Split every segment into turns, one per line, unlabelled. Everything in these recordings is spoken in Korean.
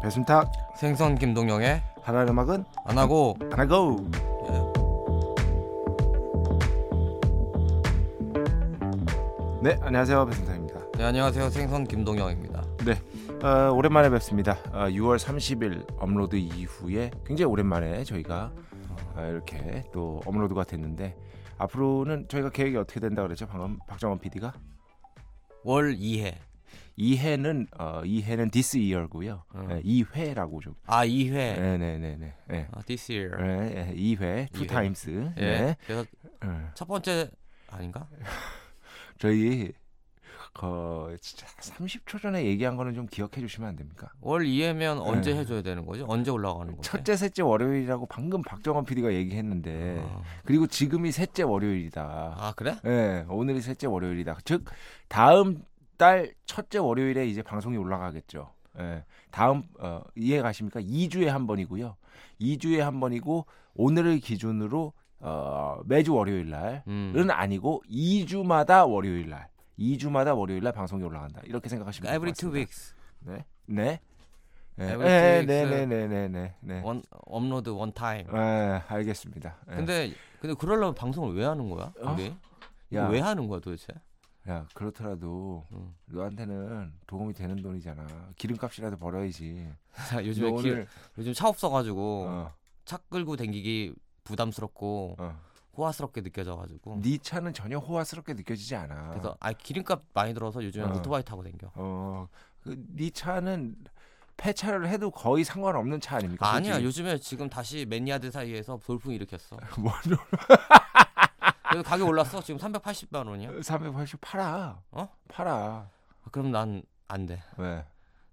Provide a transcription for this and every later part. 배순탁
생선 김동영의
하랄 음악은
안 하고 예.
안 하고 네 안녕하세요 배순탁입니다.
네 안녕하세요 생선 김동영입니다.
네 어, 오랜만에 뵙습니다. 어, 6월 30일 업로드 이후에 굉장히 오랜만에 저희가 어, 이렇게 또 업로드가 됐는데 앞으로는 저희가 계획이 어떻게 된다 그랬죠 방금 박정원 PD가
월 2회
이해는 어, 이해는 this year고요.
음.
네, 2회라고 좀. 예.
아 2회
네네네네. 네.
아, this year
네, 2회
이 회.
two times.
예
네.
그래서
음.
첫 번째 아닌가
저희 어, 진짜 30초 전에 얘기한 거는 좀 기억해 주시면 안 됩니까?
월 2회면 언제
네.
해줘야 되는 거지 언제 올라가는 거지?
첫째, 셋째 월요일이라고 방금 박정원 PD가 얘기했는데
아,
그리고 지금이 셋째 월요일이다.
아, 그래?
예, 오늘이 셋째 월요일이다. 즉 다음 달 첫째 월요일에 이제 방송이 올라가겠죠. 예. 다음 어, 이해 가십니까? 2주에 한 번이고요. 2주에 한 번이고 오늘을 기준으로 어, 매주 월요일 날은
음.
아니고 2주마다 월요일 날. 2주마다 월요일 날 방송이 올라간다. 이렇게 생각하시면
그러니까
될것
every two
같습니다.
weeks
네. 네. 네.
Every
네,
two
네,
weeks.
네, 네, 네, 네, 네.
원 업로드 원 타임.
네, 알겠습니다. 네.
근데 근데 그러려면 방송을 왜 하는 거야?
어?
우리
야,
이거 왜 하는 거야 도대체?
야, 그렇더라도
음.
너한테는 도움이 되는 돈이잖아. 기름값이라도 벌어야지.
요즘에
너
길-
오늘
요즘 차 없어가지고
어,
차 끌고 댕기기 부담스럽고
어.
호화스럽게 느껴져가지고
네 차는 전혀 호화스럽게 느껴지지 않아.
음. 그래서 아 기름값 많이 들어서 요즘에
어.
오토바이 타고 댕겨.
어, 그네 차는 폐차를 해도 거의 상관없는 차 아닙니까?
아니야
그러니까 솔직히?
요즘에 지금 다시 매니아들 사이에서 돌풍 일으켰어.
뭘
그래서 가격 올랐어 지금 380만 원이야.
380 팔아.
예? 어?
팔아.
아, 그럼 난 안 돼.
왜?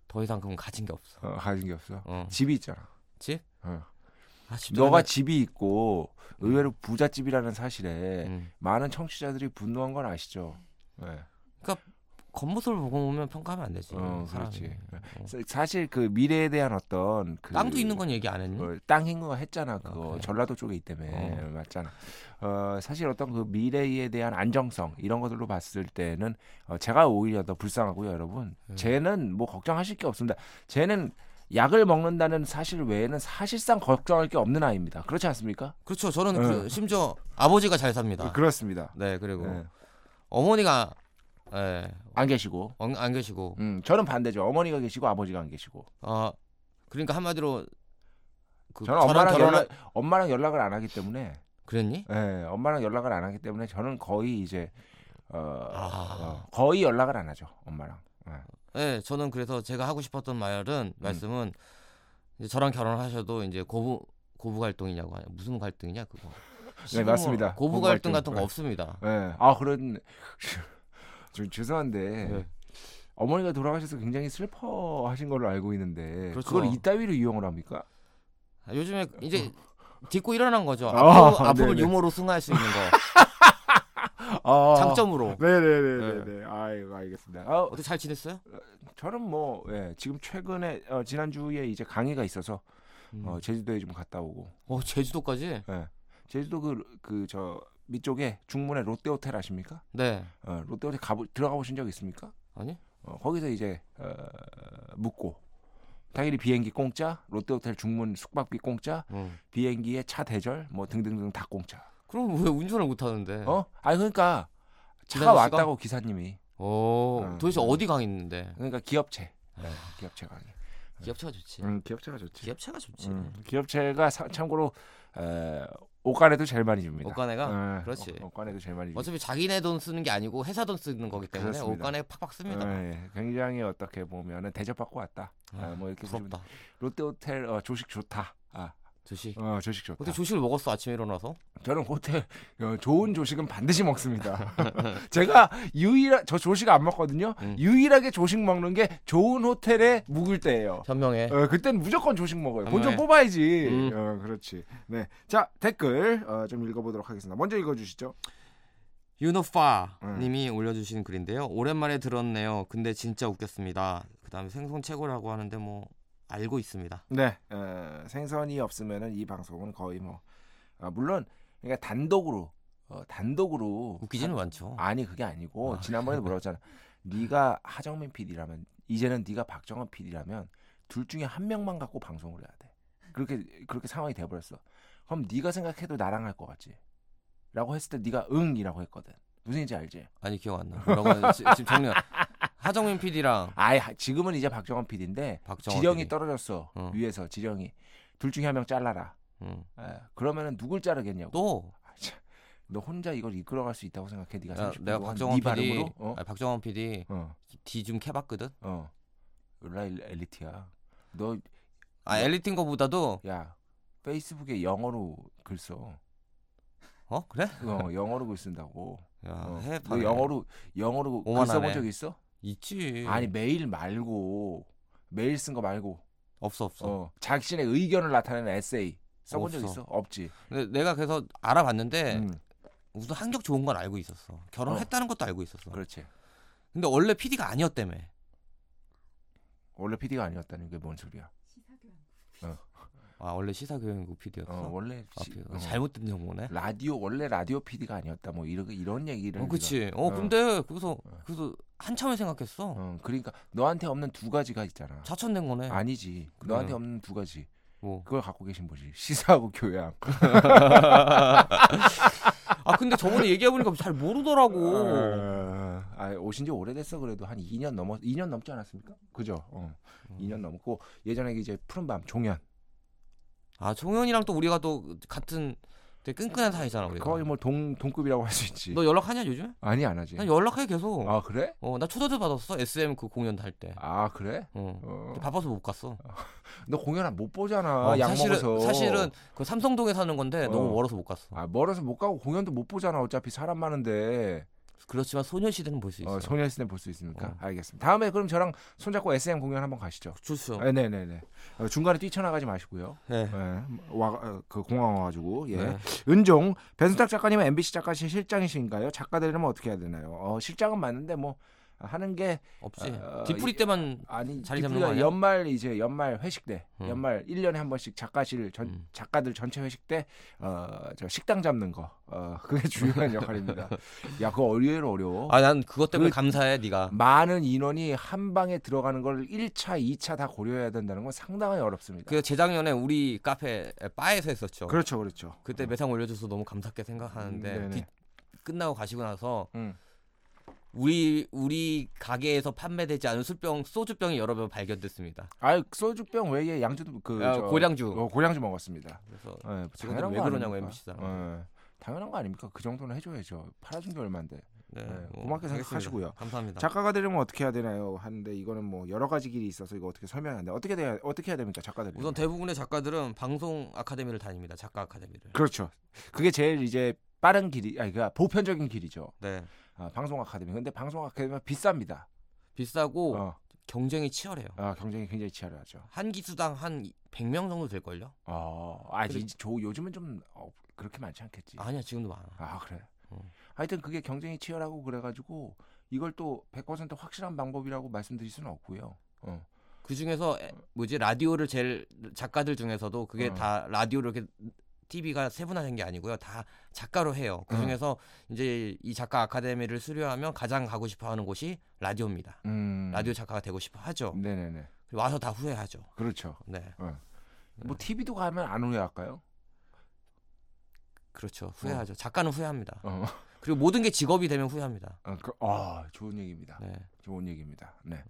더 이상 그럼 가진 게 없어.
어, 가진 게 없어.
어.
집이 있잖아.
집?
어.
아, 집
너가
전에-
집이 있고 의외로 부잣집이라는 사실에
음.
많은 청취자들이 분노한 건 아시죠? 네.
겉모습을 보고 보면 평가하면 안 되지.
어,
사람이.
그렇지.
어.
사- 사실 그 미래에 대한 어떤 그
땅도 있는 건 얘기 안 했니?
어, 땅 행거 했잖아 그거
그래.
전라도 쪽에 있다며
어.
맞잖아 어, 사실 어떤 그 미래에 대한 안정성 이런 것들로 봤을 때는 어, 제가 오히려 더 불쌍하고요 여러분
음.
쟤는 뭐 걱정하실 게 없습니다 쟤는 약을 먹는다는 사실 외에는 사실상 걱정할 게 없는 아이입니다 그렇지 않습니까
그렇죠. 저는
어.
그, 심지어 아버지가 잘 삽니다.
그렇습니다
네 그리고
예.
어머니가 예,
안 계시고
안, 안 계시고
음, 저는 반대죠 어머니가 계시고 아버지가 안 계시고
아 그러니까 한마디로 그
저는
저랑
엄마랑
결혼한-
연락 엄마랑 연락을 안 하기 때문에
그랬니?
예, 엄마랑 연락을 안 하기 때문에 저는 거의 이제 어,
아.
어, 거의 연락을 안 하죠 엄마랑. 예.
네, 저는 그래서 제가 하고 싶었던 말은
음.
말씀은 이제 저랑 결혼하셔도 이제 고부 고부 갈등이냐고 하냐 무슨 갈등이냐 그거. 시부모-
네, 맞습니다.
고부,
고부 갈등.
갈등 같은 거
네.
없습니다.
예. 아 그런 좀 죄송한데
네.
어머니가 돌아가셔서 굉장히 슬퍼하신 걸로 알고 있는데
그렇죠.
그걸 이따위로 이용을 합니까?
아, 요즘에 이제 딛고 일어난 거죠.
아,
아픔,
네,
아픔을
네.
유머로 승화할 수 있는 거 장점으로.
아. 네네네네. 아이고 알겠습니다. 예. 아,
어떻게 잘 지냈어요?
저는 뭐 예, 지금 최근에 어, 지난 주에 이제 강의가 있어서
음.
어, 제주도에 좀 갔다 오고
어 제주도까지?
예. 제주도 그 그 저 밑쪽에 중문에 롯데호텔 아십니까?
네.
어, 롯데호텔 가보, 들어가 보신 적 있습니까?
아니?
어, 거기서 이제 어, 묵고 당일이 비행기 공짜, 롯데호텔 중문 숙박비 공짜,
음.
비행기에 차 대절 뭐 등등등 다 공짜.
그럼 왜 운전을 못 하는데?
어? 아니 그러니까 차가
네. 기사님
왔다고 기사님이
네. 오,
음.
어. 도대체 어디 강 있는데?
그러니까 기업체, 네, 기업체가 아니.
기업체가 좋지.
음, 기업체가 좋지.
기업체가 좋지.
기업체가 사- 참고로 에, 옷간에도 제일 많이 줍니다.
옷간에가
예,
그렇지.
옷- 옷간에도 제일 많이. 줍니다.
어차피 자기네 돈 쓰는 게 아니고 회사 돈 쓰는 거기 때문에
그렇습니다.
옷간에 팍팍 씁니다. 네, 음,
예, 굉장히 어떻게 보면은 대접받고 왔다. 아, 뭐 이렇게 보시면
부럽다. 음.
롯데호텔 어, 조식 좋다. 아,
조식.
어, 조식 좋다.
어떻게 조식을 먹었어 아침에 일어나서?
저는 호텔 어, 좋은 조식은 반드시 먹습니다. 제가 유일한 저 조식 안 먹거든요.
음.
유일하게 조식 먹는 게 좋은 호텔에 묵을 때예요.
현명해.
어, 그땐 무조건 조식 먹어요. 본전
음.
뽑아야지.
음.
어, 그렇지. 네, 자 댓글 어, 좀 읽어보도록 하겠습니다. 먼저 읽어주시죠.
유노파
음.
님이 올려주신 글인데요. 오랜만에 들었네요. 근데 진짜 웃겼습니다. 그다음에 생선 최고라고 하는데 뭐 알고 있습니다.
네, 어, 생선이 없으면은 이 방송은 거의 뭐 아, 물론 그러니까 단독으로 어, 단독으로
웃기지는 않죠.
아니 그게 아니고 지난번에도 뭐라고 했잖아. 네가 하정민 PD라면 이제는 네가 박정원 PD라면 둘 중에 한 명만 갖고 방송을 해야 돼. 그렇게 그렇게 상황이 돼 버렸어. 그럼 네가 생각해도 나랑 할 것 같지? 라고 했을 때 네가 응이라고 했거든. 무슨 얘기인지 알지?
아니 기억 안 나. 뭐라고 지- 지금 정리. 하정민 PD랑
아예 하- 지금은 이제 박정원 PD인데
박정원
지령이
PD.
떨어졌어.
어.
위에서 지령이 둘 중에 한 명 잘라라.
응.
예, 그러면은 누굴 자르겠냐고.
음.
아,
또
너 혼자 이걸 이끌어갈 수 있다고 생각해? 네가
야,
30분
내가
동안
박정원
네
PD,
발음으로? 어?
아니, 박정원 PD
어.
D 좀 캐봤거든.
어. 라일 엘리트야. 너 야
아 엘리트인 거보다도
페이스북에 영어로 글 써.
어 그래?
어, 영어로 글 쓴다고.
야,
어.
아, 해봐
너 영어로 영어로 글
오만하네. 예.
써본 적 있어?
있지.
아니 메일 말고 메일 쓴 거 말고
없어 없어.
어, 자신의 의견을 나타내는 에세이 써본 적
없어. 네.
있어? 없지.
근데 내가 그래서 알아봤는데
음,
우선 한격 좋은 건 알고 있었어. 결혼했다는 것도 알고 있었어.
그렇지.
근데 원래 PD가 아니었다며.
원래 PD가 아니었다는 게 뭔 소리야?
아 원래 시사교육부 PD였어.
어, 원래
아,
시-
피-
어.
잘못 든 정보네.
라디오 원래 라디오 PD가 아니었다 뭐 이런 이런 얘기를
어,
우리가-
그치. 어,
어.
근데 그래서 그래서 한참을 생각했어.
어, 그러니까 너한테 없는 두 가지가 있잖아.
자천된 거네.
아니지.
그래요.
너한테 없는 두 가지.
뭐.
그걸 갖고 계신 분이 시사하고 교양.
아 근데 저번에 얘기해보니까 잘 모르더라고.
어, 아, 오신 지 오래됐어 그래도 한 2년 넘어 2년 넘지 않았습니까? 그죠? 어.
음.
2년 넘었고 예전에 이제 푸른밤 종현
아 종현이랑 또 우리가 또 같은 되게 끈끈한 사이잖아 우리가.
거의 뭐 예. 동 동급이라고 할 수 있지.
네. 너 연락하냐 요즘?
아니 안 하지.
난 연락해 계속.
아 그래?
어 나 초대도 받았어 SM 그 공연 할 때.
아 그래?
어.
어.
바빠서 못 갔어.
너 공연 안- 못 보잖아. 약
사실은
먹어서.
사실은 그 삼성동에 사는 건데
어.
너무 멀어서 못 갔어.
아 멀어서 못 가고 공연도 못 보잖아. 어차피 사람 많은데.
그렇지만 소녀시대는 볼 수 있어.
어, 소녀시대 볼 수 있습니까?
어.
알겠습니다. 다음에 그럼 저랑 손잡고 SM 공연 한번 가시죠.
좋죠.
아, 네네네. 어, 중간에 뛰쳐나가지 마시고요.
네.
예, 와, 어, 그 공항 와가지고 예.
네.
은종 변순탁 작가님은 MBC 작가실 실장이신가요? 작가 되려면 어떻게 해야 되나요? 어, 실장은 맞는데 뭐 하는 게
없지.
어,
뒤풀이 때만
아니
자리 잡는
디프리가
거 아니야?
연말 이제 연말 회식 때
음.
연말 1년에 한 번씩 작가실 전
음.
작가들 전체 회식 때어저 식당 잡는 거 어, 그게 중요한 역할입니다. 야 그거 의외로 어려워.
아 난 그것 때문에
그-
감사해 네가.
많은 인원이 한 방에 들어가는 걸 1차, 2차 다 고려해야 된다는 건 상당히 어렵습니다.
그 재작년에 우리 카페 바에서 했었죠. 그...
그렇죠, 그렇죠.
때 매상 올려줘서 너무 감사하게 생각하는데
음, 네네.
뒤- 끝나고 가시고 나서
음.
우리 우리 가게에서 판매되지 않은 술병 소주병이 여러 병 발견됐습니다.
아 소주병 외에 양주도 그
아,
저-
고량주.
어, 고량주 먹었습니다.
그래서
예,
직원들이
당연한
왜
거
그러냐고,
아닙니까?
MBC
예, 당연한 거 아닙니까? 그 정도는 해줘야죠. 팔아준 게 얼마인데.
네,
네, 고맙게
알겠습니다.
생각하시고요.
감사합니다.
작가가 되려면 어떻게 해야 되나요? 하는데 이거는 뭐 여러 가지 길이 있어서 이거 어떻게 설명하는데 어떻게 돼야 어떻게 해야 됩니까? 작가 되려면.
우선 대부분의 작가들은 방송 아카데미를 다닙니다. 작가 아카데미를.
그렇죠. 그게 제일 이제 빠른 길이 아니 그 보편적인 길이죠.
네.
아, 방송 아카데미. 근데 방송 아카데미가 비쌉니다.
비싸고
어,
경쟁이 치열해요.
아, 경쟁이 굉장히 치열하죠.
한 기수당 한 100명 정도 될 걸요?
어, 아,
그래-
이- 조- 요즘은 좀 어, 그렇게 많지 않겠지.
아니야, 지금도 많아.
예. 아 그래.
어.
하여튼 그게 경쟁이 치열하고 그래가지고 이걸 또 100% 확실한 방법이라고 말씀드릴 수는 없고요. 어.
그 중에서 뭐지 라디오를 제일 작가들 중에서도 그게
어.
다 라디오로 이렇게 TV가 세분화된 게 아니고요. 다 작가로 해요.
어.
그 중에서 이제 이 작가 아카데미를 수료하면 가장 가고 싶어하는 곳이 라디오입니다.
음.
라디오 작가가 되고 싶어 하죠.
네네네.
그리고 와서 다 후회하죠.
그렇죠.
네,
뭐 TV도 가면 안 후회할까요?
그렇죠. 후회하죠. 작가는 후회합니다.
어.
그리고 모든 게 직업이 되면 후회합니다.
어, 그, 아 좋은 얘기입니다.
네.
좋은 얘기입니다. 네.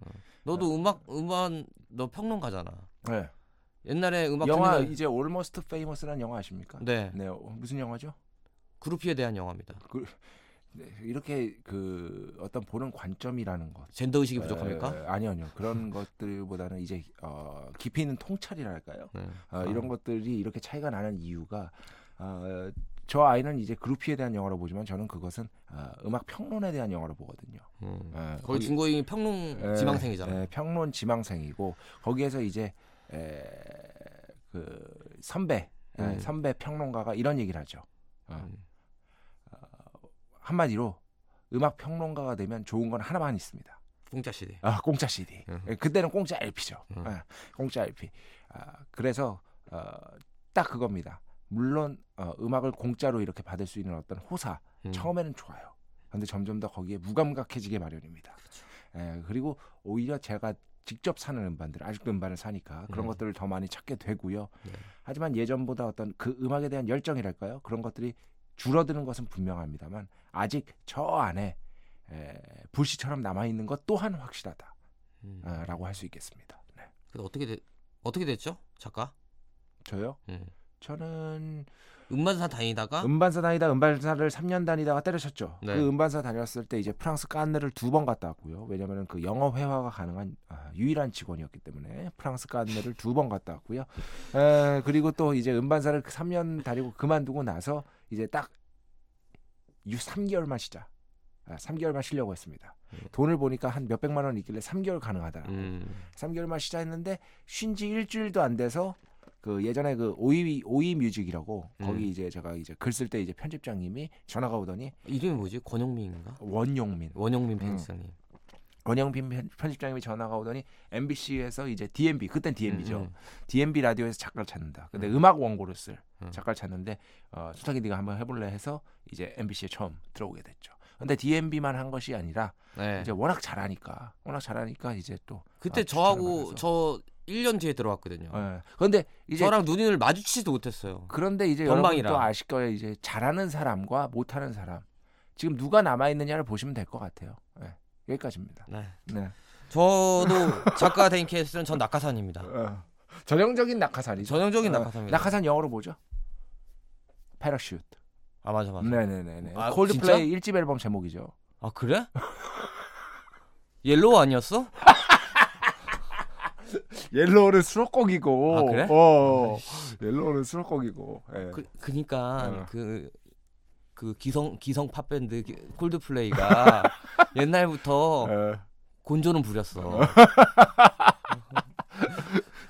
너도 음악 음악 너 평론가잖아.
네.
옛날에 음악
영화
평론가-
이제 Almost Famous라는 영화 아십니까?
네
네. 어, 무슨 영화죠?
그루피에 대한 영화입니다.
네, 이렇게 그 어떤 보는 관점이라는 것.
젠더 의식이 부족합니까?
에, 아니요, 아니요. 그런 것들보다는 이제 어, 깊이 있는 통찰이랄까요?
네.
어, 이런 것들이 이렇게 차이가 나는 이유가 어, 저 아이는 이제 그루피에 대한 영화로 보지만 저는 그것은 어, 음악 평론에 대한 영화로 보거든요.
음.
어,
거의
거기-
중고인
예,
평론 지망생이잖아요.
예, 평론 지망생이고 거기에서 이제 에, 그 선배 예,
음.
선배 평론가가 이런 얘기를 하죠. 어,
음.
한마디로 음악 평론가가 되면 좋은 건 하나만 있습니다.
공짜 시대.
아, 공짜 CD.
네. 음.
예, 그때는 공짜 LP죠.
음.
공짜 LP. 아, 그래서 어, 딱 그겁니다. 물론 어, 음악을 공짜로 이렇게 받을 수 있는 어떤 호사
음.
처음에는 좋아요. 근데 점점 더 거기에 무감각해지게 마련입니다.
그렇죠.
예, 그리고 오히려 제가 직접 사는 음반들 아직도 음반을 사니까 그런
음.
것들을 더 많이 찾게 되고요.
네.
하지만 예전보다 어떤 그 음악에 대한 열정이랄까요? 그런 것들이 줄어드는 것은 분명합니다만 아직 저 안에 에, 불씨처럼 남아 있는 것 또한 확실하다라고
음.
할 수 있겠습니다. 네.
그래서 어떻게 되, 어떻게 됐죠? 작가?
저요?
음.
저는
음반사 다니다가
음반사 다니다 음반사를 3년 다니다가 때려쳤죠.
네.
그 음반사 다녔을 때 이제 프랑스 깐느를 두 번 갔다 왔고요. 왜냐하면 그 영어 회화가 가능한 아, 유일한 직원이었기 때문에 프랑스 깐느를 두 번 갔다 왔고요. 에, 그리고 또 이제 음반사를 3년 다니고 그만두고 나서 이제 딱 3개월만 쉬자. 아, 3개월만 쉬려고 했습니다.
음.
돈을 보니까 한 몇백만 원 있길래 3개월 가능하다.
음.
3개월만 쉬자 했는데 쉰 지 일주일도 안 돼서 그 예전에 그 오이 오이 뮤직이라고
음.
거기 이제 제가 이제 글 쓸 때 이제 편집장님이 전화가 오더니
이름이 뭐지? 권영민인가?
원용민
원영민
음.
편집장님.
원영빈 편- 편집장님이 전화가 오더니 MBC에서 이제 DMB 그땐 DMB죠
음,
DMB 라디오에서 작가를 찾는다 근데 음. 악 원고를 쓸
음.
작가를 찾는데 어, 수탁이 네가 한번 해볼래 해서 이제 MBC에 처음 들어오게 됐죠 근데 DMB만 한 것이 아니라
음. 네.
이제 워낙 잘하니까 워낙 잘하니까 이제 또
그때
아,
저하고
추천을 받아서.
저 1년 뒤에 들어왔거든요.
예. 그런데 이제
저랑 눈을 마주치지도 못했어요.
그런데 이제 여러분
건방이라.
또 아실 거예요. 이제 잘하는 사람과 못하는 사람 지금 누가 남아 있느냐를 보시면 될 것 같아요. 예, 여기까지입니다.
네.
네.
저도 작가 된 케이스는 전 낙하산입니다.
어. 전형적인 낙하산이죠.
전형적인
어,
아, 낙하산입니다.
낙하산 영어로 뭐죠? 패러슈트.
아 맞아 맞아.
네네네네.
아, 진짜?
콜드플레이 1집 앨범 제목이죠.
아 그래? 옐로우 아니었어?
옐로우는 수록곡이고.
아, 그래?
어. 옐로우는 수록곡이고. 예.
그, 그니까
어.
그. 그 기성 기성 팝 밴드 기- 콜드플레이가 옛날부터
예.
곤조는 네. 부렸어.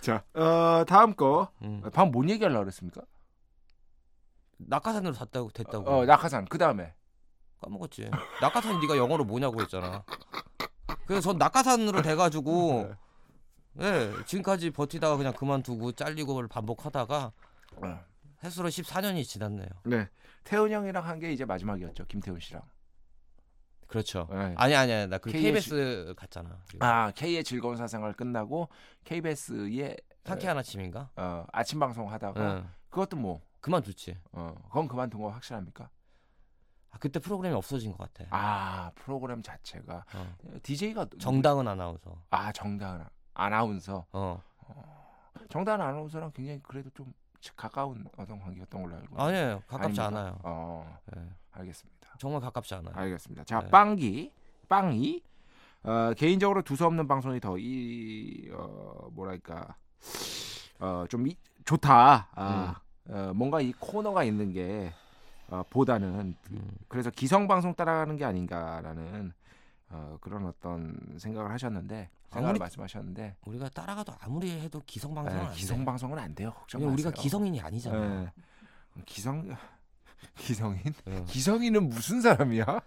자, 어, 다음 거.
음.
방금 뭔 얘기하려고 그랬습니까?
낙하산으로 샀다고 됐다고
어, 낙하산. 그 다음에.
까먹었지. 낙하산 네가 영어로 뭐냐고 했잖아. 그래서 전 낙하산으로 돼가지고 예 지금까지 버티다가 그냥 그만두고 잘리고 그걸 반복하다가 해수로 14년이 지났네요.
네. 태훈 형이랑 한 게 이제 마지막이었죠. 김태훈 씨랑.
그렇죠.
네.
아니 아니야 나그
KBS
KBS 갔잖아. 그
아, K의 즐거운 사생활 끝나고 KBS의
타키 하나침인가?
네. 어, 아침 방송 하다가
응.
그것도 뭐
그만뒀지.
어, 그건 그만둔 거 확실합니까?
아, 그때 프로그램이 없어진 것 같아.
아, 프로그램 자체가
어.
DJ가
정당은 아나운서.
아, 정다은 아나운서.
어.
정다은 아나운서랑 굉장히 그래도 좀 가까운 어떤 관계였던 걸로 알고. 있는데.
아니에요. 가깝지
아닙니까?
않아요.
어,
예.
알겠습니다.
정말 가깝지 않아요.
알겠습니다. 자,
네.
빵기, 빵이 어, 개인적으로 두서없는 방송이 더 이 어, 뭐랄까 어, 좀 이- 좋다. 아,
음.
어, 뭔가 이 코너가 있는 게 어, 보다는
음.
그래서 기성 방송 따라가는 게 아닌가라는 어, 그런 어떤 생각을 하셨는데 생각을
아무리-
말씀하셨는데
우리가 따라가도 아무리 해도 기성 방송은
에,
안
네, 기성
돼.
방송은 안 돼요. 걱정
왜냐면 우리가
마세요. 네.
기성인이 아니잖아.
에, 기성 기성인
응.
기성인은 무슨 사람이야?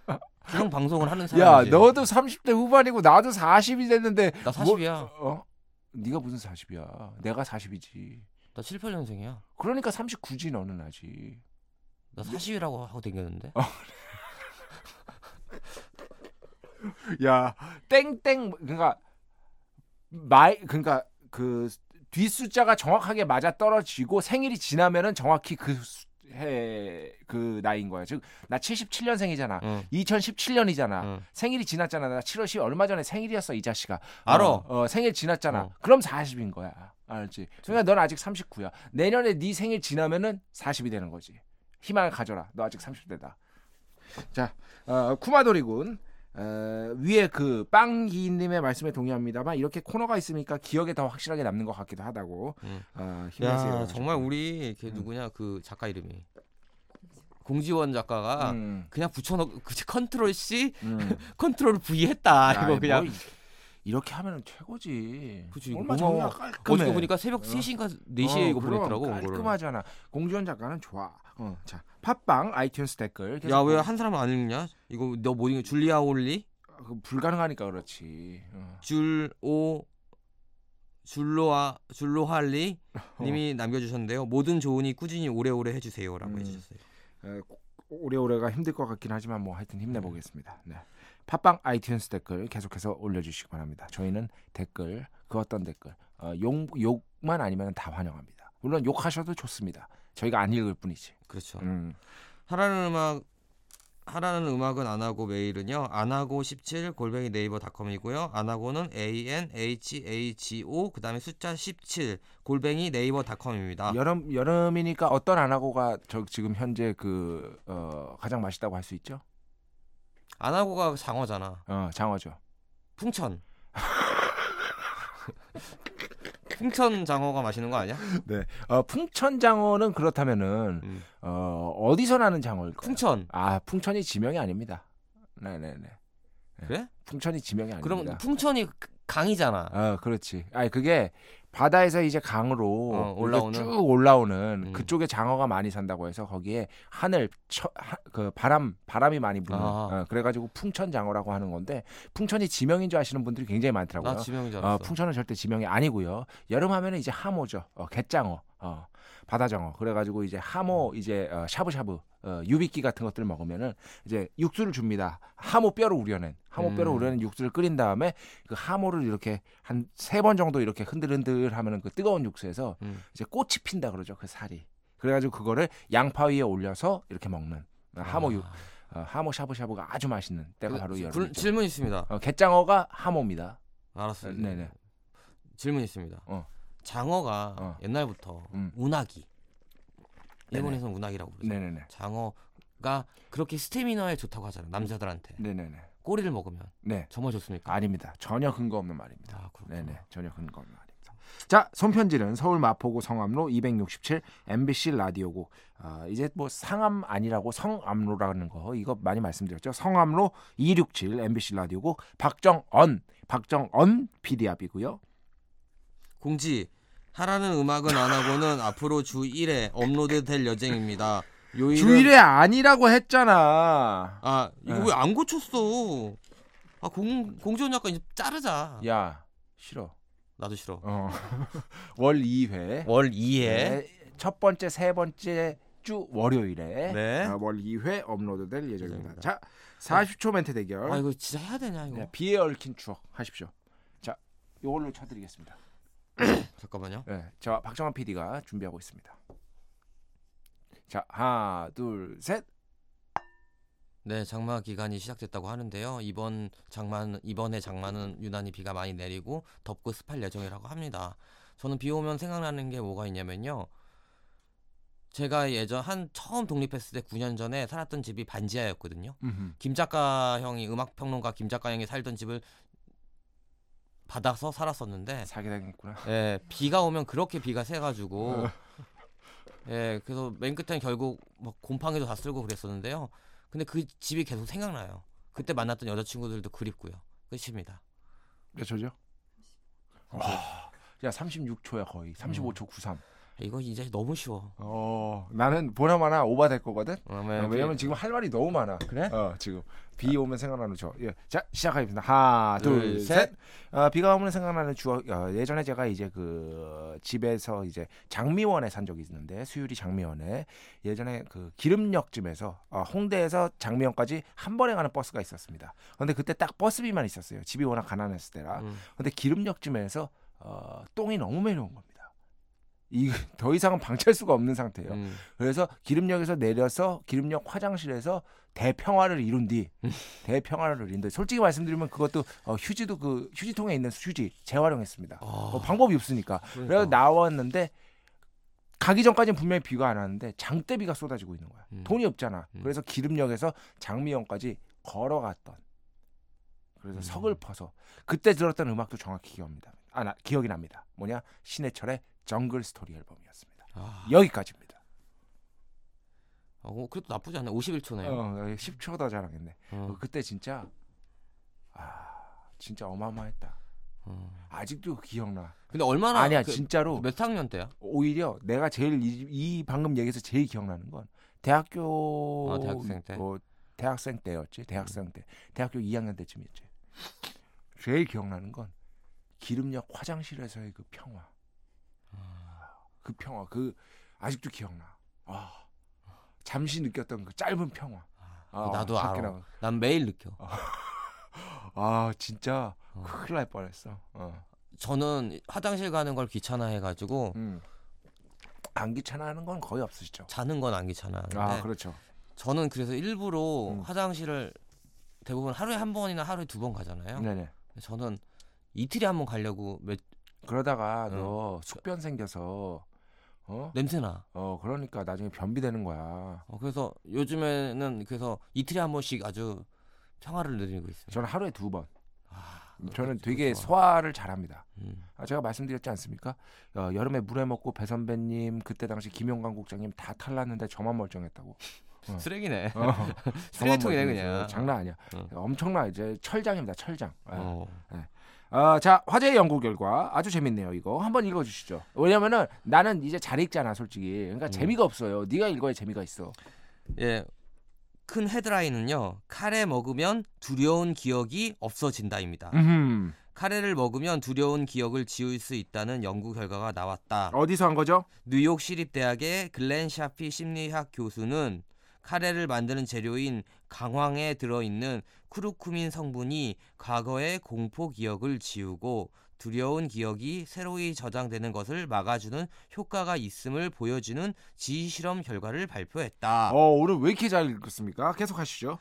기성 방송을 하는
야,
사람이지.
너도 30대 후반이고 나도 40이 됐는데
나 40이야.
어? 네가 무슨 40이야? 내가 40이지.
나 78년생이야.
그러니까 39지 너는 아직. 뭐?
나 40이라고 하고 댕겼는데.
어. 야, 땡땡 그러니까 마이 그러니까 그 뒷숫자가 정확하게 맞아 떨어지고 생일이 지나면은 정확히 그 그해그 나이인 거야. 즉 나 77년생이잖아.
응.
2017년이잖아.
응.
생일이 지났잖아. 나 7월 10일 얼마 전에 생일이었어 이 자식아.
알어.
어, 어, 생일 지났잖아.
어.
그럼 40인 거야. 알지? 그러니까 넌 아직 39야. 내년에 네 생일 지나면은 40이 되는 거지. 희망을 가져라. 너 아직 30대다. 자, 어, 쿠마도리군. 어, 위에 그 빵기님의 말씀에 동의합니다만 이렇게 코너가 있으니까 기억에 더 확실하게 남는 것 같기도 하다고
응.
어, 힘내세요.
음. 야, 정말 우리 걔 누구냐 그 작가 이름이 공지원 작가가
음,
그냥 붙여놓고 그 컨트롤 C,
음.
컨트롤 V 했다.
아이,
이거 그냥
뭐 이- 이렇게 하면 최고지.
그치, 이거
얼마
고마워.
정리가
어제
깔끔해.
보니까 새벽 3시인가 4시에 이거
어, 그럼
보냈더라고. 그거를.
깔끔하잖아. 공지원 작가는 좋아. 어, 자, 팟빵 아이튠스 댓글. 계속
야, 왜
보내-
한 사람 안 읽냐? 이거 너못 뭐 읽어. 줄리아 올리,
어, 아, 그거 불가능하니까 그렇지. 어.
줄 오, 줄로아 줄로할리 님이 남겨주셨는데요. 모든 조언이 꾸준히 오래오래 해주세요라고
음.
해주셨어요.
에, 오래오래가 힘들 것 같긴 하지만 뭐 하여튼 힘내보겠습니다. 네. 팟빵 아이튠스 댓글 계속해서 올려주시기 바랍니다. 저희는 댓글 그 어떤 댓글 어, 욕, 욕만 아니면 다 환영합니다. 물론 욕하셔도 좋습니다. 저희가 안 읽을 뿐이지.
그렇죠.
음,
하라는 음악 하라는 음악은 안 하고 메일은요. 안 하고 17 골뱅이 네이버닷컴이고요. 안 하고는 a n h a g o 그다음에 숫자 17 골뱅이 네이버닷컴입니다.
여름 여름이니까 어떤 안하고가 저 지금 현재 그 어, 가장 맛있다고 할 수 있죠?
안 하고가 장어잖아.
어, 장어죠.
풍천. 풍천 장어가 맛있는 거 아니야?
네. 어, 풍천 장어는 그렇다면은
음.
어, 어디서 나는 장어일 거예요?
풍천.
아 풍천이 지명이 아닙니다. 네네네.
그래?
풍천이 지명이 아닙니다.
그럼 풍천이 강이잖아.
아 그렇지. 아니 그게 바다에서 이제 강으로
어,
이렇게
올라오는?
쭉 올라오는
음.
그쪽에 장어가 많이 산다고 해서 거기에 하늘 처, 하, 그 바람 바람이 많이 부는
아.
어, 그래가지고 풍천 장어라고 하는 건데 풍천이 지명인 줄 아시는 분들이 굉장히 많더라고요.
나 지명인 줄 알았어.
어, 풍천은 절대 지명이 아니고요. 여름 하면은 이제 하모죠. 어, 갯장어, 어, 바다장어. 그래가지고 이제 하모 이제 어, 샤브샤브, 어, 유비끼 같은 것들을 먹으면은 이제 육수를 줍니다. 하모 뼈를 우려낸 하모 뼈를
음.
우려낸 육수를 끓인 다음에 그 하모를 이렇게 한 세 번 정도 이렇게 흔들흔들 하면은 그 뜨거운 육수에서
음.
이제 꽃이 핀다 그러죠 그 살이. 그래가지고 그거를 양파 위에 올려서 이렇게 먹는 어, 하모 육,
아.
어, 하모 샤브샤브가 아주 맛있는 때가
그,
바로
지- 굴-
여름이죠.
질문 있습니다.
어, 갯장어가 하모입니다.
알았어요.
네네.
질문 있습니다.
어.
장어가
어.
옛날부터
음. 네,
운하기
네네.
일본에서는 운하기라고 부르죠.
네네네.
장어가 그렇게 스태미너에 좋다고 하잖아요. 남자들한테
네네네.
꼬리를 먹으면
네.
정말 좋습니까?
아닙니다. 전혀 근거 없는 말입니다.
아, 그렇구나.
네네. 전혀 근거 없는 말입니다. 자, 손편지는 서울 마포구 성암로 267 MBC 라디오국. 아, 이제 뭐 상암 아니라고 성암로라는 거 이거 많이 말씀드렸죠. 성암로 267 MBC 라디오국 박정언 박정언 PD 앞이고요.
공지 하라는 음악은 안 하고는 앞으로 주 1회 업로드 될 예정입니다. 요일은
주일에 아니라고 했잖아.
아 이거
네.
왜 안 고쳤어? 아공 공지원 약간 이제 자르자.
야, 싫어.
나도 싫어.
어. 월 2회.
월 2회
네, 첫 번째 세 번째 주 월요일에
네.
아, 월 2회 업로드될 예정입니다.
예정입니다.
자, 40초 멘트 대결.
아 이거 진짜 해야 되냐 이거?
네, 비에 얽힌 추억 하십시오. 자, 요걸로 쳐드리겠습니다.
잠깐만요.
네, 저 박정환 PD가 준비하고 있습니다. 자, 하나, 둘, 셋.
네, 장마 기간이 시작됐다고 하는데요. 이번 장마는 이번에 장마는 유난히 비가 많이 내리고 덥고 습할 예정이라고 합니다. 저는 비 오면 생각나는 게 뭐가 있냐면요. 제가 예전 한 처음 독립했을 때 9년 전에 살았던 집이 반지하였거든요. 김 작가 형이 음악 평론가 김 작가 형이 살던 집을 받아서 살았었는데
네, 사기당했구나.
예, 비가 오면 그렇게 비가 새 가지고
어.
예, 그래서 맨 끝에 결국 막 곰팡이도 다 쓸고 그랬었는데요. 근데 그 집이 계속 생각나요. 그때 만났던 여자친구들도 그립고요. 끝입니다.
몇 초죠? 와, 야, 36초야 거의. 35초 93.
아, 이거 이제 너무 쉬워.
어, 나는 보나마나 오바 될 거거든.
어,
어, 왜냐면 지금 할 말이 너무 많아.
그래? 아.
어, 지금 비 오면 생각나는 저. 예. 자, 시작하겠습니다. 하나, 둘,
둘,
셋.
셋.
아, 비가 오면 생각나는 추억. 어, 예전에 제가 이제 그 집에서 이제 장미원에 산 적이 있는데 수유리 장미원에 예전에 그 기름역쯤에서 어, 홍대에서 장미원까지 한 번에 가는 버스가 있었습니다. 근데 그때 딱 버스비만 있었어요. 집이 워낙 가난했을 때라.
음.
근데 기름역쯤에서 어, 똥이 너무 많이 온 겁니다. 이 더 이상은 방치할 수가 없는 상태예요.
음.
그래서 기름역에서 내려서 기름역 화장실에서 대평화를 이룬 뒤
음.
대평화를 이룬 뒤 솔직히 말씀드리면 그것도 어, 휴지도 그 휴지통에 있는 휴지 재활용했습니다.
아,
뭐 방법이 없으니까.
그러니까.
그래서 나왔는데 가기 전까지는 분명히 비가 안 왔는데 장대비가 쏟아지고 있는 거야.
음.
돈이 없잖아.
음.
그래서 기름역에서 장미역까지 걸어갔던. 그래서
음.
서글퍼서 그때 들었던 음악도 정확히 기억합니다. 아, 나, 기억이 납니다. 뭐냐? 신해철의 정글 스토리 앨범이었습니다.
아,
여기까지입니다.
어, 그래도 나쁘지 않네. 51초네요.
어, 10초 더 자랑했네. 어, 그때 진짜 아 진짜 어마어마했다. 아직도 기억나.
근데 얼마나
아니야
그,
진짜로
몇 학년 때야?
오히려 내가 제일 이, 이 방금 얘기해서 제일 기억나는 건 대학교
아, 대학생 때?
어, 대학생 때였지 대학생 때 대학교 2학년 때쯤이었지. 제일 기억나는 건 기름역 화장실에서의 그 평화.
아.
그 평화 그 아직도 기억나. 아. 잠시 느꼈던 그 짧은 평화. 아,
나도
밖에
알아.
나가-
난 매일 느껴.
어. 아, 진짜
어.
큰일 날 뻔했어. 어.
저는 화장실 가는 걸 귀찮아해가지고
음. 안 귀찮아하는 건 거의 없으시죠.
자는 건 안 귀찮아하는데
아, 그렇죠.
저는 그래서 일부러
음.
화장실을 대부분 하루에 한 번이나 하루에 두 번 가잖아요.
네네.
저는 이틀에 한 번 가려고 몇-
그러다가
응.
너 숙변 생겨서 어?
냄새나.
어 그러니까 나중에 변비 되는 거야.
어, 그래서 요즘에는 그래서 이틀에 한 번씩 아주 평화를 누리고 있어요.
저는 하루에 두 번.
아,
저는
그렇죠,
되게
좋아.
소화를 잘합니다.
음.
아, 제가 말씀드렸지 않습니까? 어, 여름에 물에 먹고 배 선배님 그때 당시 김용관 국장님 다 탈났는데 저만 멀쩡했다고. 어.
쓰레기네.
어, 저만 멀쩡해서
쓰레기통이네, 그냥. 어.
장난 아니야.
응.
엄청나 이제 철장입니다. 철장. 예.
어.
아, 자 화제 연구 결과 아주 재밌네요 이거 한번 읽어주시죠 왜냐면은 나는 이제 잘 읽잖아 솔직히 그러니까
음.
재미가 없어요 네가 읽어야 재미가 있어
예. 큰 헤드라인은요. 카레 먹으면 두려운 기억이 없어진다입니다.
음.
카레를 먹으면 두려운 기억을 지울 수 있다는 연구 결과가 나왔다.
어디서 한 거죠?
뉴욕 시립대학의 글렌 샤피 심리학 교수는 카레를 만드는 재료인 강황에 들어있는 쿠르쿠민 성분이 과거의 공포 기억을 지우고 두려운 기억이 새로이 저장되는 것을 막아주는 효과가 있음을 보여주는 지실험 결과를 발표했다.
어 오늘 왜 이렇게 잘 읽었습니까? 계속 하시죠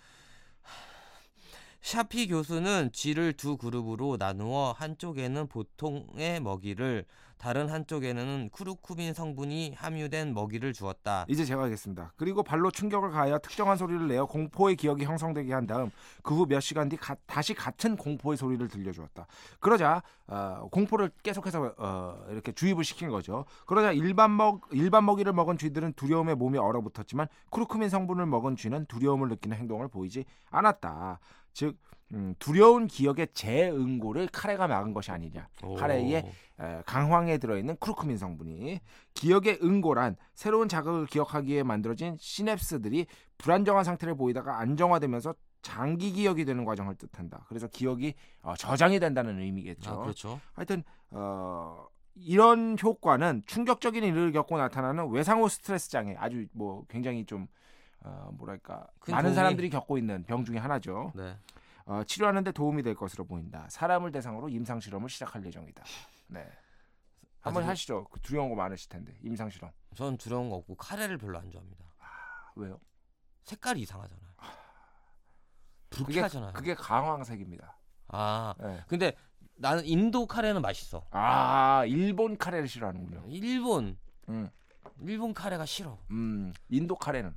샤피 교수는 쥐를 두 그룹으로 나누어 한쪽에는 보통의 먹이를 다른 한쪽에는 쿠르쿠민 성분이 함유된 먹이를 주었다.
이제 제가 하겠습니다 그리고 발로 충격을 가하여 특정한 소리를 내어 공포의 기억이 형성되게 한 다음 그 후 몇 시간 뒤 가- 다시 같은 공포의 소리를 들려주었다 그러자 어, 공포를 계속해서 어, 이렇게 주입을 시킨 거죠 그러자 일반 먹 일반 먹이를 먹은 쥐들은 두려움에 몸이 얼어붙었지만 크루크민 성분을 먹은 쥐는 두려움을 느끼는 행동을 보이지 않았다. 즉 음, 두려운 기억의 재응고를 카레가 막은 것이 아니냐. 카레의 에, 강황에 들어있는 크루크민 성분이 기억의 응고란 새로운 자극을 기억하기에 만들어진 시냅스들이 불안정한 상태를 보이다가 안정화되면서 장기 기억이 되는 과정을 뜻한다. 그래서 기억이 어, 저장이 된다는 의미겠죠.
아, 그렇죠.
하여튼 어, 이런 효과는 충격적인 일을 겪고 나타나는 외상후 스트레스 장애 아주 뭐 굉장히 좀 어, 뭐랄까
큰
많은
도움이-
사람들이 겪고 있는 병 중에 하나죠.
네.
어, 치료하는데 도움이 될 것으로 보인다. 사람을 대상으로 임상 실험을 시작할 예정이다. 네. 한번
아직은-
하시죠. 그 두려운 거 많으실 텐데 임상 실험
전 두려운 거 없고 카레를 별로 안 좋아합니다.
왜요?
색깔이 이상하잖아요. 불쾌하잖아요.
그게 강황색입니다.
아,
네.
근데 나는 인도 카레는 맛있어.
아 일본 카레를 싫어하는군요.
네. 일본
음,
일본 카레가 싫어.
음 인도 카레는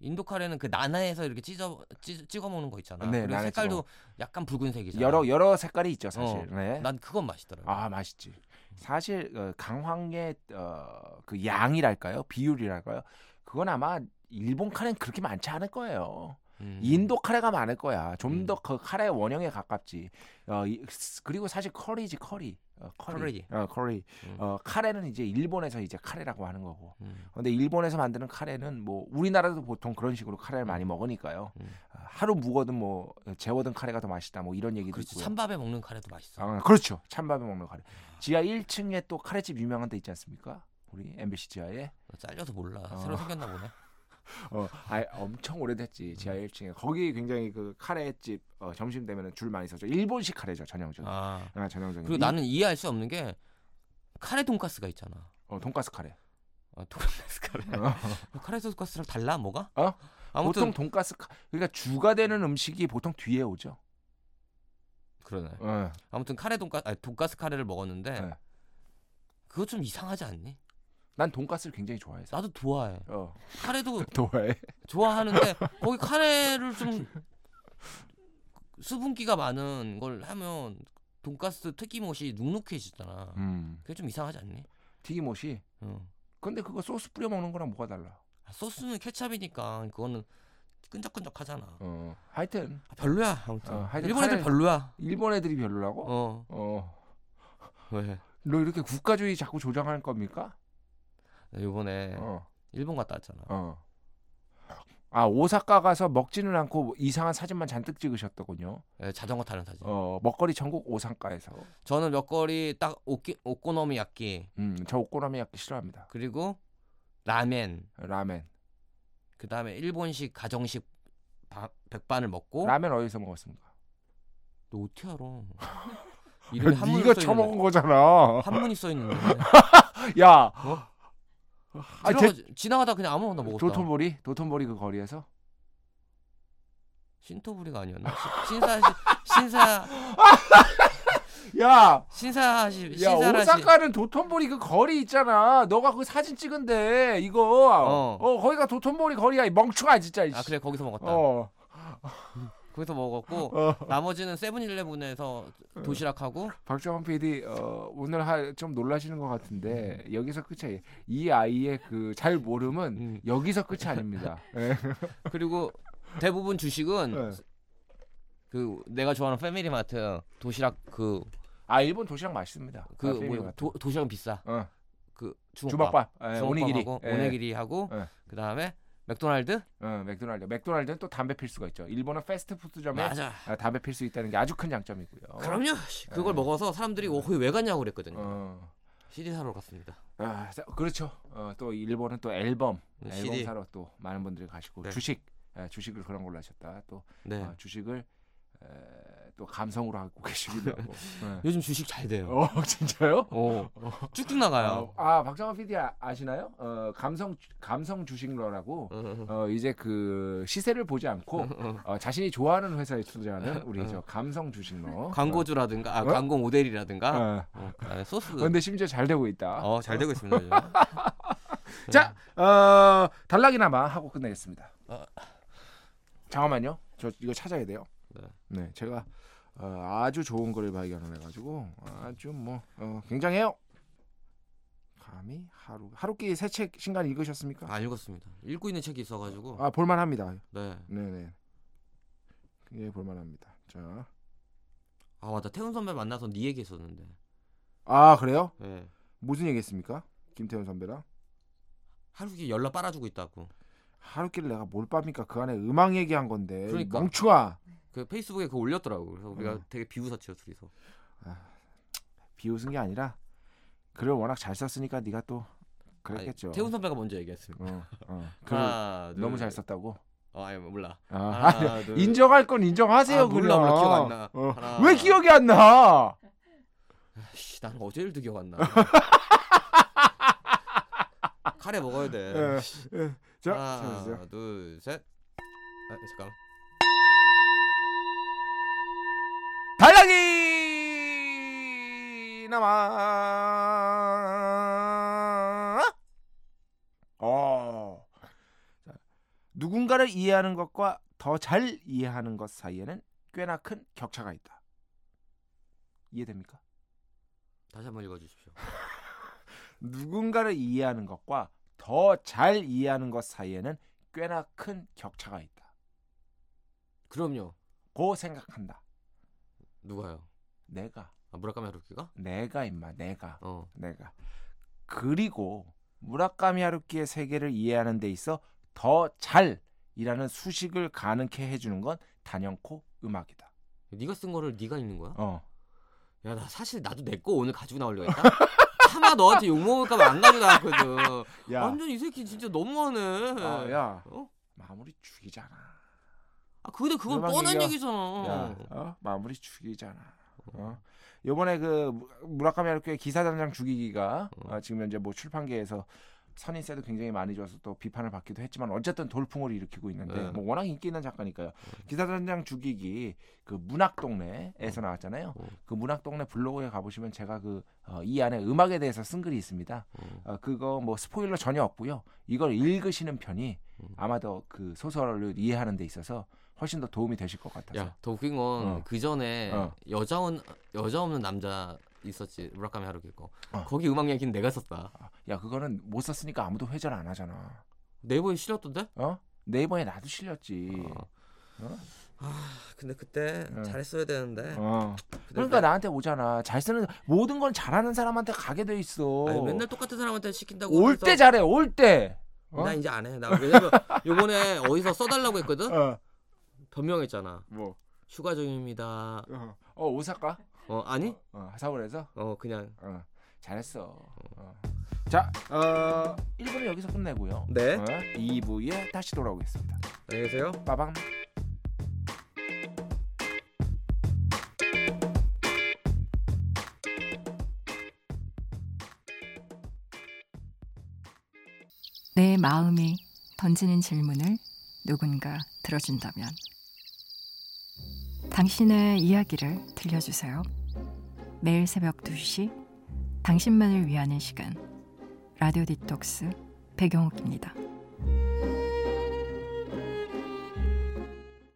인도 카레는 그 나나에서 이렇게 찢어 찢, 찍어 먹는 거 있잖아.
네,
그리고
나나
색깔도 약간 붉은색이잖아.
여러 여러 색깔이 있죠 사실.
어,
네.
난 그건 맛있더라고.
아 맛있지. 사실 어, 강황의 어, 그 양이랄까요, 비율이랄까요. 그건 아마 일본 카레는 그렇게 많지 않을 거예요.
음.
인도 카레가 많을 거야. 좀
음.
더 그 카레 원형에 가깝지. 어, 이- 스- 그리고 사실 커리지 커리. 어, 커리.
커리.
어, 커리.
음.
어, 카레는 이제 일본에서 이제 카레라고 하는 거고.
음.
근데 일본에서 만드는 카레는 뭐 우리나라도 보통 그런 식으로 카레를 많이 먹으니까요.
음.
어, 하루 묵어든 뭐 재워든 카레가 더 맛있다. 뭐 이런 얘기도
그렇지.
있고요.
그렇죠. 찬밥에 먹는 카레도 맛있어.
아, 그렇죠. 찬밥에 먹는 카레. 지하 1층에 또 카레집 유명한 데 있지 않습니까? 우리 MBC 지하에.
잘려서 몰라.
어.
새로 생겼나 보네.
어, 아, 엄청 오래됐지.
음.
지하 1층에. 거기 굉장히 그 카레집 어, 점심 되면은 줄 많이 서죠. 일본식 카레죠. 전형적인. 아,
아.
전형적인.
그리고
이-
나는 이해할 수 없는 게 카레 돈가스가 있잖아.
어, 돈가스 카레.
아, 돈가스 카레. 뭐 카레 돈가스랑 달라 뭐가?
어?
아무튼
보통 돈가스 카... 그러니까 주가 되는 음식이 보통 뒤에 오죠.
그러네.
어.
아무튼 카레 돈가 아니, 돈가스 카레를 먹었는데
네.
그거 좀 이상하지 않니?
난 돈가스를 굉장히 좋아해서.
나도 좋아해.
어.
카레도
좋아해.
좋아하는데 거기 카레를 좀 수분기가 많은 걸 하면 돈가스 튀김옷이 눅눅해지잖아.
음.
그게 좀 이상하지 않니?
튀김옷이.
응.
근데 그거 소스 뿌려 먹는 거랑 뭐가 달라?
아, 소스는 케찹이니까 그거는 끈적끈적하잖아.
어. 하여튼
아, 별로야. 아무튼
어, 하여튼
일본 애들
카레-
별로야.
일본 애들이 별로라고?
어
어.
왜?
너 이렇게 국가주의 자꾸 조장할 겁니까?
이번에
어,
일본 갔다 왔잖아.
어. 아 오사카 가서 먹지는 않고 이상한 사진만 잔뜩 찍으셨더군요.
예, 자전거 타는 사진.
어 먹거리 전국 오사카에서.
저는 몇거리 딱 오키, 오코노미야끼
음, 저 오코노미야끼 싫어합니다.
그리고 라멘
라멘.
그 다음에 일본식 가정식 바- 백반을 먹고
라멘 어디서 먹었습니까?
너 어떻게 알아? 이름이 어? 한문이
네가
써
처먹은
있는데.
거잖아.
한문이 써 있는데.
야, 아,
들어가, 지나가다 그냥 어? 아무거나 먹었다.
도톤보리, 뭐- 도톤보리 그 거리에서.
신토부리가 아니었나? 시- 신사 신사
야,
신사시
야
신사라시.
오사카는 도톤보리 그 거리 있잖아. 너가 그 사진 찍은데 이거 어,
어.
거기가 도톤보리 거리야. 이 멍충아 진짜. 이씨.
아 그래 거기서 먹었다.
어,
거기서 먹었고
어.
나머지는 세븐일레븐에서 도시락하고
박정원 PD 어, 오늘 하, 좀 놀라시는 것 같은데 여기서 끝이 이 아이의 그 잘 모름은
음,
여기서 끝이 아닙니다. 예.
그리고 대부분 주식은
예.
그 내가 좋아하는 패밀리마트 도시락 그
아 일본 도시락 맛있습니다. 아,
그뭐
패밀리 같은
도시락은 비싸.
거. 어,
그
주먹밥,
주먹밥.
예,
주먹밥
오니기리,
하고
예.
오네기리 하고
예.
그다음에 맥도날드
어, 맥도날드. 맥도날드는 또 담배 필 수가 있죠. 일본은 패스트푸드점에
맞아.
아, 담배 필 수 있다는 게 아주 큰 장점이고요.
그럼요. 씨,
예.
그걸 먹어서 사람들이 어, 거기 왜 갔냐고 그랬거든요.
어.
CD 사러 갔습니다.
아, 자, 그렇죠. 어, 또 일본은 또 앨범, 앨범
네, CD.
아, 사러 또 많은 분들이 가시고
네.
주식, 예, 주식을 그런 걸로 하셨다. 또
네.
어, 주식을 에, 또 감성으로 하고 계시기도 하고. 예.
요즘 주식 잘 돼요.
어, 진짜요?
어. 쭉쭉
어,
나가요.
아, 박정환 PD 아, 아시나요? 어, 감성 감성 주식러라고.
응,
어, 이제 그 시세를 보지
음,
않고 어, 자신이 좋아하는 회사에 투자하는 우리 저 감성 주식러.
응. 광고주라든가 아,
어?
광고
어,
모델이라든가
어.
어, 그다음에 소스.
근데 심지어 잘 되고 있다.
어, 잘 되고 있습니다. 요즘. 그
자, 어, 단락이나마 하고 끝내겠습니다.
아.
잠깐만요. 저 이거 찾아야 돼요.
네.
네, 제가 어, 아주 좋은 거를 발견을 해가지고 아주 뭐 어, 굉장해요. 감히 하루 하루끼 새 책 신간 읽으셨습니까?
안 읽었습니다. 읽고 있는 책이 있어 가지고.
아 볼만합니다.
네.
네네. 예, 볼만합니다. 자,
아, 맞다. 태훈 선배 만나서 네 얘기했었는데.
아 그래요?
네.
무슨 얘기했습니까? 김태훈 선배랑
하루기 연락 빨아주고 있다고.
하루끼를 내가 뭘 빱니까? 그 안에 음악 얘기한 건데 이
그러니까.
멍충아
그 페이스북에 그거 올렸더라고. 그래서 우리가
음.
되게 비웃었죠, 둘이서.
비웃은 게 아니라 글을 워낙 잘 썼으니까 네가 또 그랬겠죠.
아니, 태훈 선배가 먼저 얘기했습니다.
어, 어. 글을
하나, 둘.
너무 잘 썼다고.
어, 아니 몰라.
아, 아니,
하나, 둘.
인정할 건 인정하세요.
아,
그냥.
몰라, 몰라, 기억 안 나.
어.
하나.
왜 기억이 안 나?
씨, 나는 어제 일도 기억 안 나. 카레 먹어야 돼.
예, 예. 자,
하나,
자, 자.
둘, 셋. 아, 잠깐.
달랑이 남아. 어. 자, 누군가를 이해하는 것과 더 잘 이해하는 것 사이에는 꽤나 큰 격차가 있다. 이해됩니까?
다시 한번 읽어주십시오.
누군가를 이해하는 것과 더 잘 이해하는 것 사이에는 꽤나 큰 격차가 있다.
그럼요.
고 생각한다.
누가요?
내가
아, 무라카미 하루키가?
내가 임마 내가
어.
내가 그리고 무라카미 하루키의 세계를 이해하는 데 있어 더 잘이라는 수식을 가능케 해주는 건 단연코 음악이다.
네가 쓴 거를 네가 읽는 거야?
어.
야, 나 사실 나도 내 거 오늘 가지고 나오려고 했다. 차마 너한테 욕 먹을까 봐안 가지고 나왔거든.
야,
완전 이 새끼 진짜 너무하네.
아, 야.
어?
마무리 죽이잖아.
아, 근데 그건
음악
뻔한
얘기야.
얘기잖아.
야, 어? 마무리 죽이잖아. 어? 요번에 그 무- 무라카미 하루키의 기사단장 죽이기가 어, 지금 현재 뭐 출판계에서 선인세도 굉장히 많이 줘서 또 비판을 받기도 했지만 어쨌든 돌풍을 일으키고 있는데
네.
뭐 워낙 인기 있는 작가니까요. 기사단장 죽이기 그 문학동네에서 나왔잖아요.
어.
그 문학동네 블로그에 가보시면 제가 그 이 안에 음악에 대해서 쓴 글이 있습니다.
어.
어, 그거 뭐 스포일러 전혀 없고요. 이걸 읽으시는 편이
음.
아마 더 그 소설을 이해하는 데 있어서 훨씬 더 도움이 되실 것 같아서.
야, 더 웃긴 건
어.
그 전에
어.
여자 온 여자 없는 남자 있었지 무라카미 하루키 거.
어.
거기 음악 얘기는 내가 썼다.
아, 야 그거는 못 썼으니까 아무도 회자를 안 하잖아.
네이버에 실렸던데?
어? 네이버에 나도 실렸지.
어.
어?
아, 근데 그때
어.
잘했어야 되는데.
어. 그러니까 나한테 오잖아. 잘 쓰는 모든 건 잘하는 사람한테 가게 돼 있어.
아니, 맨날 똑같은 사람한테 시킨다고
뭐 올
해서
때 잘해. 올 때. 어?
나 이제 안 해. 나 왜냐면 요번에 어디서 써달라고 했거든.
어,
변명했잖아.
뭐.
휴가 중입니다.
어, 어, 오사카?
어 아니?
어, 서울에서?
어 그냥
어, 잘했어. 어. 자, 어, 1부는 여기서 끝내고요.
네.
어, 2부에 다시 돌아오겠습니다.
안녕히 계세요.
빠밤.
내 마음이 던지는 질문을 누군가 들어준다면 당신의 이야기를 들려주세요. 매일 새벽 2시 당신만을 위하는 시간 라디오 디톡스 배경옥입니다.